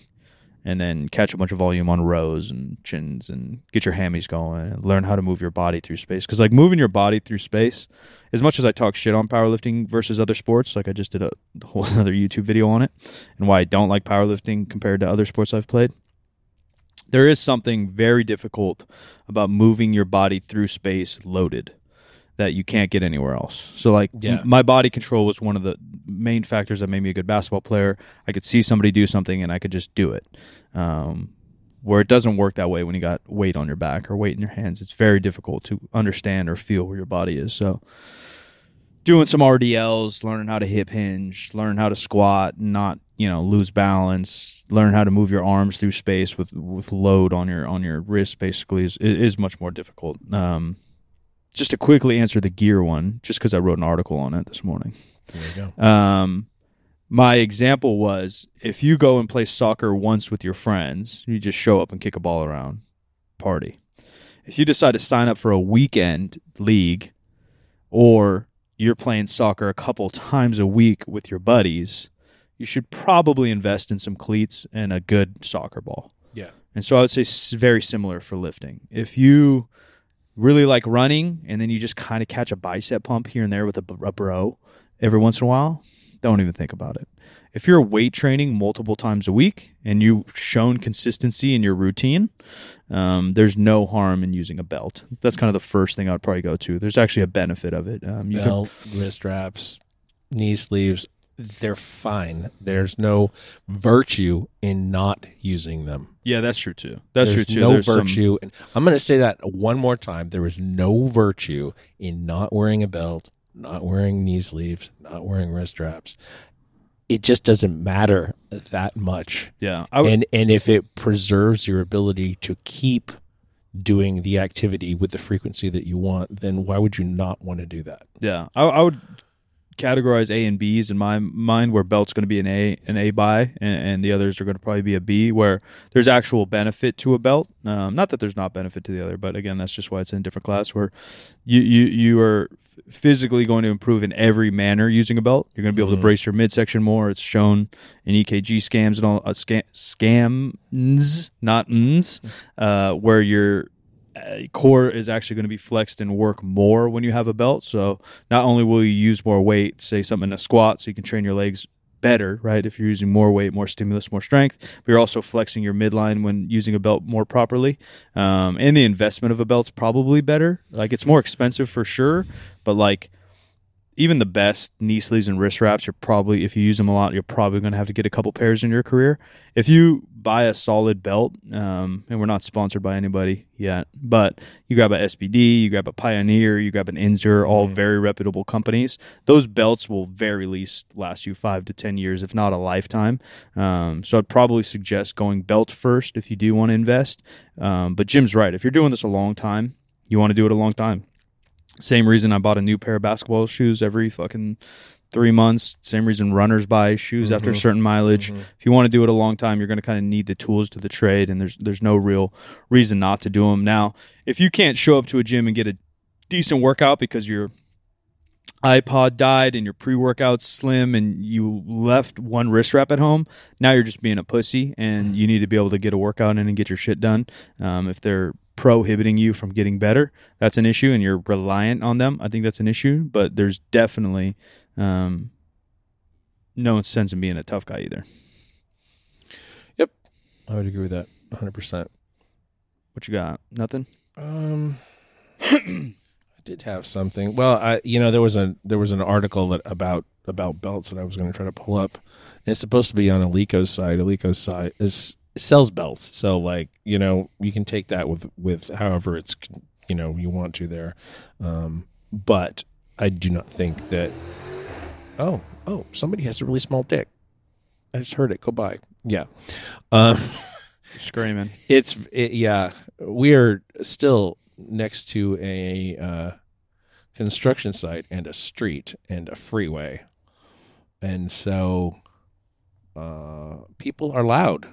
and then catch a bunch of volume on rows and chins, and get your hammies going, and learn how to move your body through space. Because like moving your body through space, as much as I talk shit on powerlifting versus other sports, like I just did a whole other YouTube video on it and why I don't like powerlifting compared to other sports I've played. There is something very difficult about moving your body through space loaded that you can't get anywhere else. So like m- Yeah. my body control was one of the main factors that made me a good basketball player. I could see somebody do something and I could just do it. Um, where it doesn't work that way when you got weight on your back or weight in your hands, it's very difficult to understand or feel where your body is. So doing some RDLs, learning how to hip hinge, learn how to squat, not you know lose balance, learn how to move your arms through space with with load on your on your wrist. Basically, is is much more difficult. Um, just to quickly answer the gear one, just because I wrote an article on it this morning. There you go. Um, my example was if you go and play soccer once with your friends, you just show up and kick a ball around, party. If you decide to sign up for a weekend league or you're playing soccer a couple times a week with your buddies, you should probably invest in some cleats and a good soccer ball. Yeah. And so I would say s- very similar for lifting. If you really like running and then you just kind of catch a bicep pump here and there with a, b- a bro every once in a while, don't even think about it. If you're weight training multiple times a week and you've shown consistency in your routine, um, there's no harm in using a belt. That's kind of the first thing I'd probably go to. There's actually a benefit of it. Um, you can, Belt, wrist wraps, knee sleeves, they're fine. There's no virtue in not using them. yeah, that's true too. That's There's true too. no There's some- virtue. and I'm going to say that one more time. There is no virtue in not wearing a belt, not wearing knee sleeves, not wearing wrist wraps. It just doesn't matter that much. yeah, I would, and and if it preserves your ability to keep doing the activity with the frequency that you want, then why would you not want to do that? Yeah, I, I would categorize A and Bs in my mind, where belt's going to be an A, an A by, and, and the others are going to probably be a B, where there's actual benefit to a belt. Um, not that there's not benefit to the other, but again, that's just why it's in a different class, where you you you are physically going to improve in every manner using a belt. You're going to be able to brace your midsection more. It's shown in EKG scams and all uh, scam, scams, not ns, uh, where you're uh, core is actually going to be flexed and work more when you have a belt. So not only will you use more weight, say something in a squat, so you can train your legs better, right? If you're using more weight, more stimulus, more strength, but you're also flexing your midline when using a belt more properly. Um, and the investment of a belt's probably better. Like it's more expensive for sure, but like even the best knee sleeves and wrist wraps, you're probably if you use them a lot, you're probably going to have to get a couple pairs in your career. If you buy a solid belt, um, and we're not sponsored by anybody yet, but you grab a SBD, you grab a Pioneer, you grab an Inzer, all very reputable companies. Those belts will very least last you five to ten years, if not a lifetime. Um, so I'd probably suggest going belt first if you do want to invest. Um, but Jim's right. If you're doing this a long time, you want to do it a long time. Same reason I bought a new pair of basketball shoes every fucking three months. Same reason runners buy shoes after a Mhm. certain mileage. Mhm. If you want to do it a long time, you're going to kind of need the tools to the trade, and there's there's no real reason not to do them. Now, if you can't show up to a gym and get a decent workout because your iPod died and your pre workout's slim and you left one wrist wrap at home, now you're just being a pussy, and you need to be able to get a workout in and get your shit done. Um, if they're prohibiting you from getting better, that's an issue, and you're reliant on them. I think that's an issue, but there's definitely um, no sense in being a tough guy either. I would agree with that 100%. What you got? Nothing. Um I did have something. Well, I you know, there was a there was an article that, about about belts that I was going to try to pull up. And it's supposed to be on Alico's side. Alico's side is sells belts. So like, you know, you can take that with with however it's you know, you want to there. Um but I do not think that Oh, oh, somebody has a really small dick. I just heard it go by. Yeah. Um Screaming. it's it, yeah we are still next to a uh, construction site and a street and a freeway and so uh, people are loud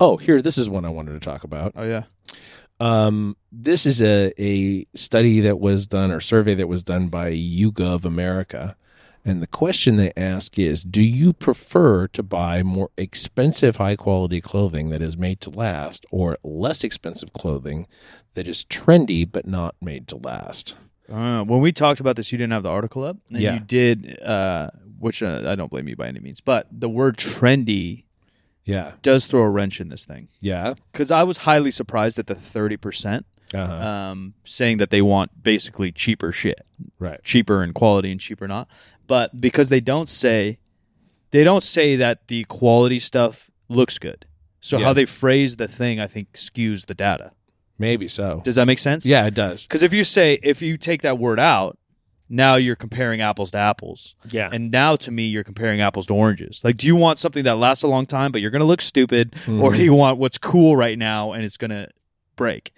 oh here this is one i wanted to talk about Oh yeah. um, this is a, a study that was done or survey that was done by YouGov America. And the question they ask is Do you prefer to buy more expensive, high quality clothing that is made to last or less expensive clothing that is trendy but not made to last? Uh, when we talked about this, you didn't have the article up. And Yeah. You did, uh, which uh, I don't blame you by any means, but the word trendy Yeah. does throw a wrench in this thing. Yeah. Because I was highly surprised at the thirty percent Uh-huh. um, saying that they want basically cheaper shit, right. cheaper in quality and cheaper not. But because they don't say, they don't say that the quality stuff looks good. So Yeah. how they phrase the thing, I think, skews the data. Maybe so. Does that make sense? Yeah, it does. Because if you say if you take that word out, now you're comparing apples to apples. Yeah. And now to me, you're comparing apples to oranges. Like, do you want something that lasts a long time, but you're going to look stupid, or Mhm. do you want what's cool right now and it's going to break?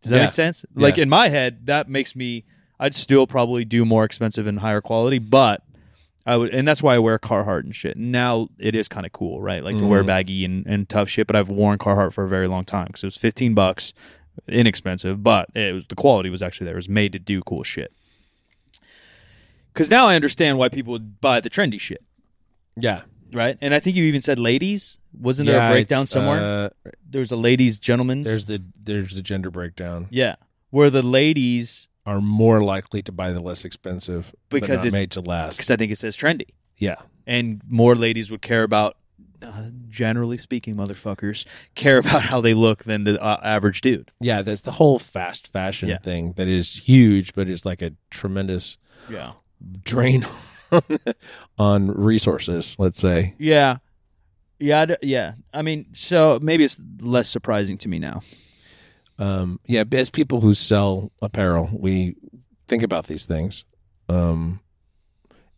Does that Yeah. make sense? Like Yeah. in my head, that makes me. I'd still probably do more expensive and higher quality, but I would, and that's why I wear Carhartt and shit. Now it is kind of cool, right? Like to wear Mhm. baggy and, and tough shit. But I've worn Carhartt for a very long time because it was fifteen bucks, inexpensive, but it was the quality was actually there. It was made to do cool shit. Because now I understand why people would buy the trendy shit, Yeah. right? And I think you even said ladies. Wasn't there Yeah, a breakdown it's, somewhere? uh, there was a ladies, gentlemen's. there's the there's the gender breakdown. yeah, where the ladies Are more likely to buy the less expensive but Because not it's- made to last. because I think it says trendy. Yeah. and more ladies would care about uh, generally speaking motherfuckers care about how they look than the uh, average dude Yeah, that's the whole fast fashion Yeah. thing that is huge, but is like a tremendous yeah drain on resources, let's say. yeah yeah I d- yeah i mean so maybe it's less surprising to me now Um, yeah, but as people who sell apparel, we think about these things. Um,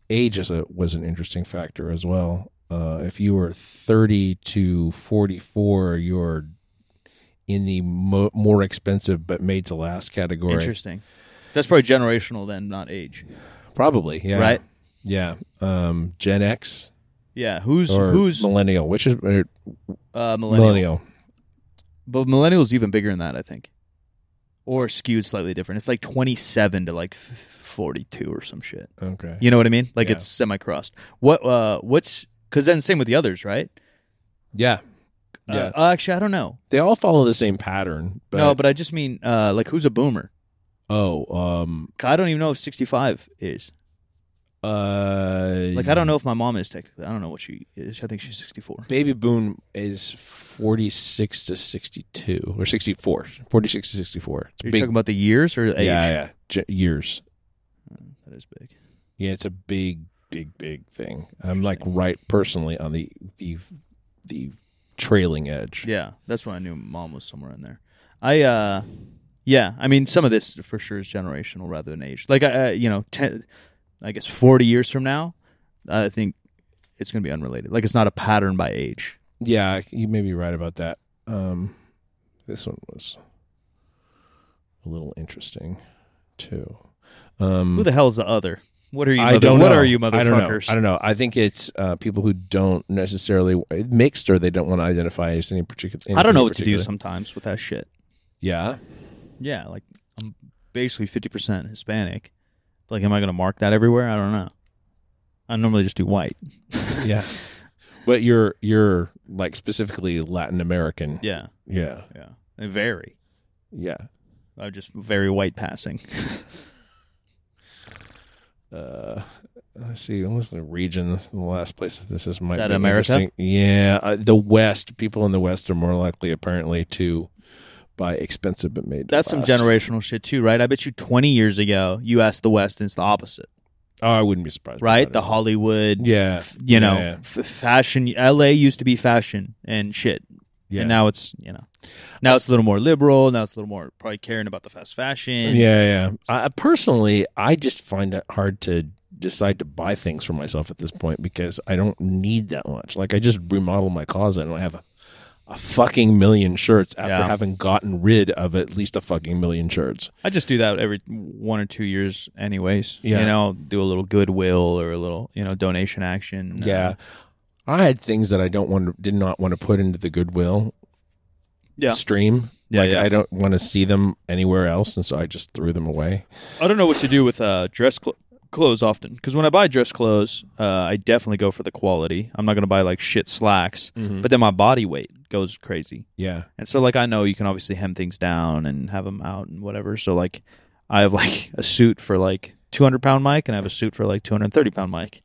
age is a, was an interesting factor as well. Uh, if you were 30 to 44, you're in the mo- more expensive but made to last category. interesting that's probably generational then not age Probably, yeah. right Yeah. Um, Gen X yeah who's or who's millennial, which is or uh millennial. millennial. but millennials even bigger than that i think or skewed slightly different it's like 27 to like f- 42 or some shit Okay. You know what I mean? Like Yeah. it's semi crossed. What? Uh, what's? Because then same with the others, right? Yeah. Uh, Yeah. uh, actually, I don't know. They all follow the same pattern. But, no, but I just mean uh, like who's a boomer? oh, um, I don't even know if sixty five is. Uh, Like I don't know if my mom is technically. I don't know what she is. I think she's 64. Baby Boone is 46 to 62 or 64. 46 to 64. It's You're big. talking about the years or the age? yeah, yeah. J- years. That is big. Yeah, it's a big, big, big thing. I'm like right personally on the the the trailing edge. Yeah, that's when I knew mom was somewhere in there. I uh yeah, I mean some of this for sure is generational rather than age. Like I uh, you know, 10 I guess 40 years from now, I think it's going to be unrelated. Like it's not a pattern by age. Yeah, you may be right about that. Um, this one was a little interesting too. Um, Who the hell's the other? What are you I mother- don't what know. are you I don't know. motherfuckers? I don't know. I think it's uh, people who don't necessarily mixed or they don't want to identify as any particular. I don't know what to anything do in particular. sometimes with that shit. Yeah, Yeah, like I'm basically 50% Hispanic. Like am I going to mark that everywhere? I don't know. I normally just do white. yeah. but you're you're like specifically Latin American. Yeah. Yeah, Yeah. They vary. yeah. I'm just very white passing. Uh, let's see. What's the region? This is the last place that this is might that be America? interesting. Yeah, uh, the West. People in the West are more likely, apparently, to buy expensive but made. to That's some last. generational shit too, right? I bet you 20 years ago, you asked the West and it's the opposite, Oh, I wouldn't be surprised. by right? that The at all. Hollywood, Yeah, f- you know, yeah, yeah. F- fashion. LA used to be fashion and shit. yeah. And now it's, you know, now it's a little more liberal. Now it's a little more probably caring about the fast fashion. Yeah, yeah. I, I personally, I just find it hard to decide to buy things for myself at this point because I don't need that much. Like, I just remodel my closet and I have a, a fucking million shirts after Yeah. having gotten rid of at least a fucking million shirts. I just do that every one or two years, anyways. Yeah. You know, do a little goodwill or a little, you know, donation action. Uh, Yeah. I had things that I don't want to, did not want to put into the Goodwill Yeah. stream. Yeah, like yeah. I don't want to see them anywhere else, and so I just threw them away. I don't know what to do with uh, dress cl- clothes often because when I buy dress clothes, uh, I definitely go for the quality. I'm not going to buy like shit slacks, Mm-hmm. but then my body weight goes crazy. Yeah, And so, like, I know you can obviously hem things down and have them out and whatever. So, like, I have like a suit for like 200 pound mic and I have a suit for like 230 pound mic.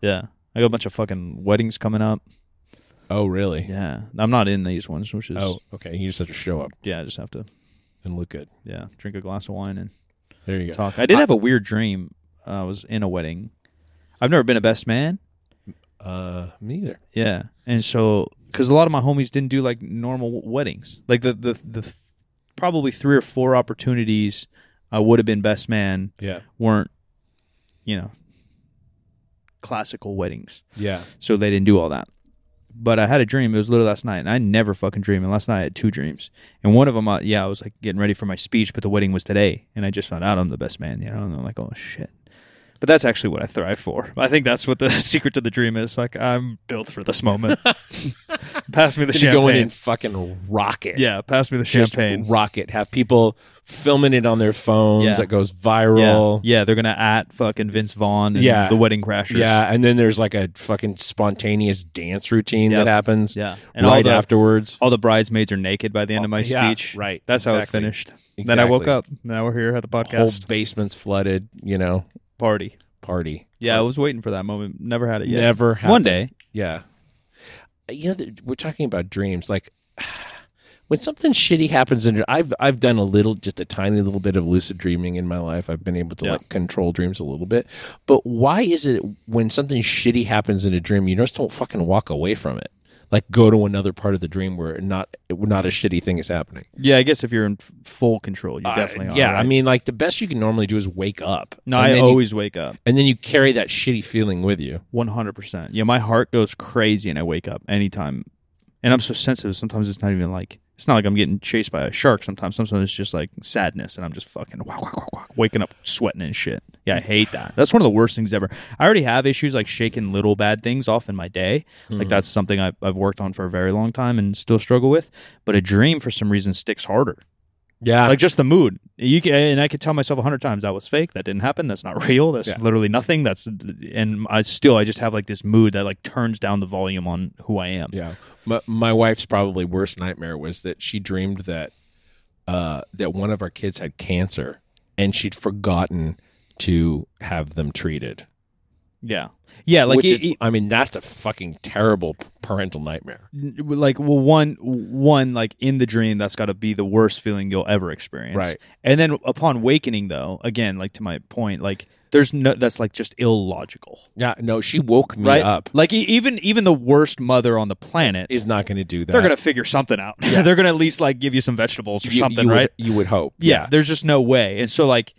Yeah. I got a bunch of fucking weddings coming up. Oh, really? Yeah. I'm not in these ones, which is, Oh, okay. You just have to show up yeah, I just have to, and look good. yeah, drink a glass of wine and There you go. talk. I did have a weird dream. I was in a wedding. I've never been a best man. Uh, me either. Yeah, and so because a lot of my homies didn't do like normal w- weddings, like the the the th- probably three or four opportunities I would have been best man Yeah, weren't, you know, classical weddings, yeah. so they didn't do all that. But I had a dream. It was literally last night, and I never fucking dream. And last night I had two dreams, and one of them, I, yeah, I was like getting ready for my speech, but the wedding was today, and I just found out I'm the best man, you know, and I'm like, oh shit. But that's actually what I thrive for. I think that's what the secret to the dream is. Like I'm built for this moment. pass me the You're champagne. going in fucking rocket. yeah, pass me the Just champagne. rocket. Have people filming it on their phones Yeah. that goes Yeah, viral. yeah, they're gonna at fucking Vince Vaughn. And Yeah. the Wedding Crashers. Yeah, and then there's like a fucking spontaneous dance routine Yep. that happens yeah, and and all right the, afterwards. all the bridesmaids are naked by the end of my Oh, yeah, speech. right, That's how exactly. it finished. Then I woke Exactly. up. Now we're here at the podcast Whole basement's flooded, you know, party. party. Yeah, I was waiting for that moment. Never had it yet. Never happened. One day. Yeah. You know, th- we're talking about dreams. Like when something shitty happens in your- I've I've done a little just a tiny little bit of lucid dreaming in my life. I've been able to Yeah. like control dreams a little bit. But why is it when something shitty happens in a dream, you just don't fucking walk away from it? Like go to another part of the dream where not not a shitty thing is happening. Yeah, I guess if you're in f- full control, you definitely Uh, are. yeah, right? I mean like the best you can normally do is wake up. no, and I then you- always wake up. and then you carry that shitty feeling with you. One hundred percent. Yeah, my heart goes crazy and I wake up anytime, and I'm so sensitive. Sometimes it's not even like it's not like I'm getting chased by a shark. Sometimes, sometimes it's just like sadness, and I'm just fucking wah, wah, wah, wah, waking up sweating and shit. Yeah, I hate that. That's one of the worst things ever. I already have issues like shaking little bad things off in my day. Like that's something I, I've worked on for a very long time and still struggle with. But a dream for some reason sticks harder. Yeah. like just the mood. You can, and I could tell myself a hundred times that was fake. That didn't happen. That's not real. That's Yeah. literally nothing. That's and I still I just have like this mood that like turns down the volume on who I am. Yeah. My, my wife's probably worst nightmare was that she dreamed that uh, that one of our kids had cancer and she'd forgotten to have them treated. Yeah. Yeah. Like, e, Which it- is- I mean, that's a fucking terrible parental nightmare. it- like well, one, one, like in the dream, that's got to be the worst feeling you'll ever experience. Right. And then upon wakening, though, again, like to my point, like there's no, that's like just illogical. Yeah, no, she woke me Right. up. Like e- even, even the worst mother on the planet, Is not going to do that. they're going to figure something out. they're going to at least like give you some vegetables or You- something, you would- right? you would hope. yeah, there's just no way. And so like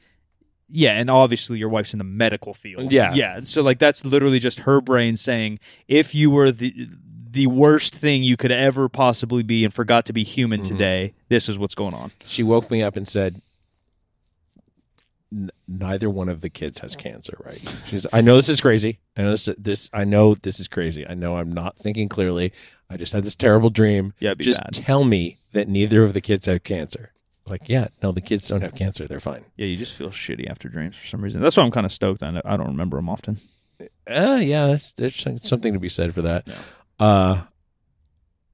yeah, and obviously your wife's in the medical field. Yeah. Yeah. So like that's literally just her brain saying if you were the the worst thing you could ever possibly be and forgot to be human today, this is what's going on. She woke me up and said, "N- "Neither one of the kids has cancer, right?" She's, "I know this is crazy. I know this. This. I know this is crazy. I know I'm not thinking clearly. I just had this terrible dream. Yeah, it'd be just bad. tell me that neither of the kids have cancer. Like, yeah, no, the kids don't have cancer. They're fine. Yeah, you just feel shitty after dreams for some reason. That's why I'm kind of stoked. I, I don't remember them often. Uh, yeah, that's, there's some- something to be said for that. Yeah. Uh,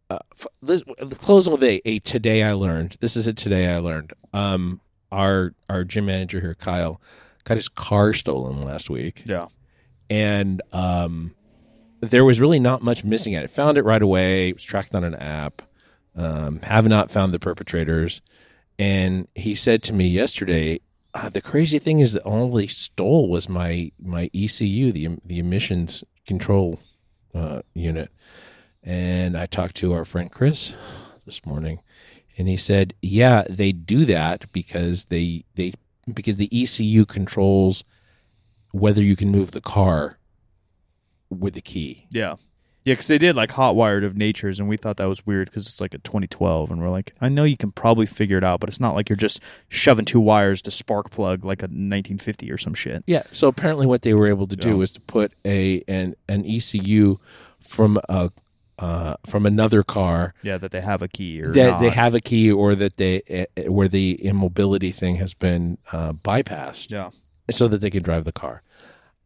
uh, f- let's, let's close with a, a today I learned. This is a today I learned. Um, our our gym manager here, Kyle, got his car stolen last week, Yeah. and um, there was really not much missing at it. Found it right away. It was tracked on an app. Um, have not found the perpetrators, and he said to me yesterday. Uh, the crazy thing is that all they stole was my my ECU, the the emissions control uh, unit. And I talked to our friend Chris this morning, and he said, "Yeah, they do that because they they because the ECU controls whether you can move the car with the key." Yeah. Yeah, because they did like hot wired of natures, and we thought that was weird because it's like a 2012, and we're like, I know you can probably figure it out, but it's not like you're just shoving two wires to spark plug like a 1950 or some shit. Yeah. So apparently, what they were able to do Yeah. was to put a an an ECU from a uh, from another car Yeah, that they have a key or that not. they have a key, or that they eh, eh, where the immobility thing has been uh, bypassed. Yeah, so that they can drive the car.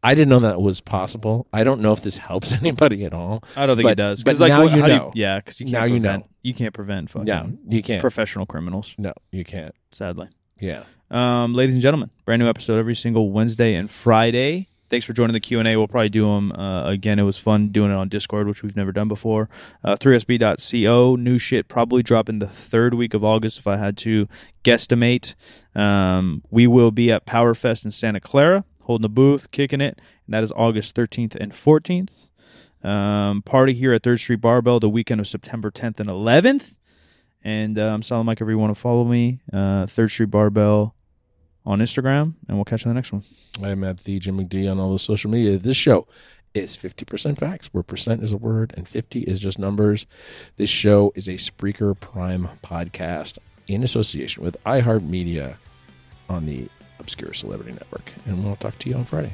I didn't know that was possible. I don't know if this helps anybody at all. I don't think But- it does. but like, now what- you how do know. yeah, because you can't Now you prevent, know. you can't prevent fucking No, you can't. professional criminals. no, you can't. Sadly, Yeah. um, ladies and gentlemen, brand new episode every single Wednesday and Friday. Thanks for joining the Q and A. We'll probably do them uh, again. It was fun doing it on Discord, which we've never done before. Uh, 3sb.co new shit probably dropping the third week of August if I had to guesstimate. Um, we will be at Powerfest in Santa Clara, holding a booth, kicking it, and that is August 13th and 14th. Um, party here at Third Street Barbell the weekend of September 10th and 11th. And uh, I'm Solid Mike. If you want to follow me, uh, Third Street Barbell on Instagram, and we'll catch you on the next one. I'm at the Jim McD on all the social media. This show is 50% facts, where percent is a word and 50 is just numbers. This show is a Spreaker Prime podcast in association with iHeartMedia on the Obscure Celebrity Network. And we'll talk to you on Friday.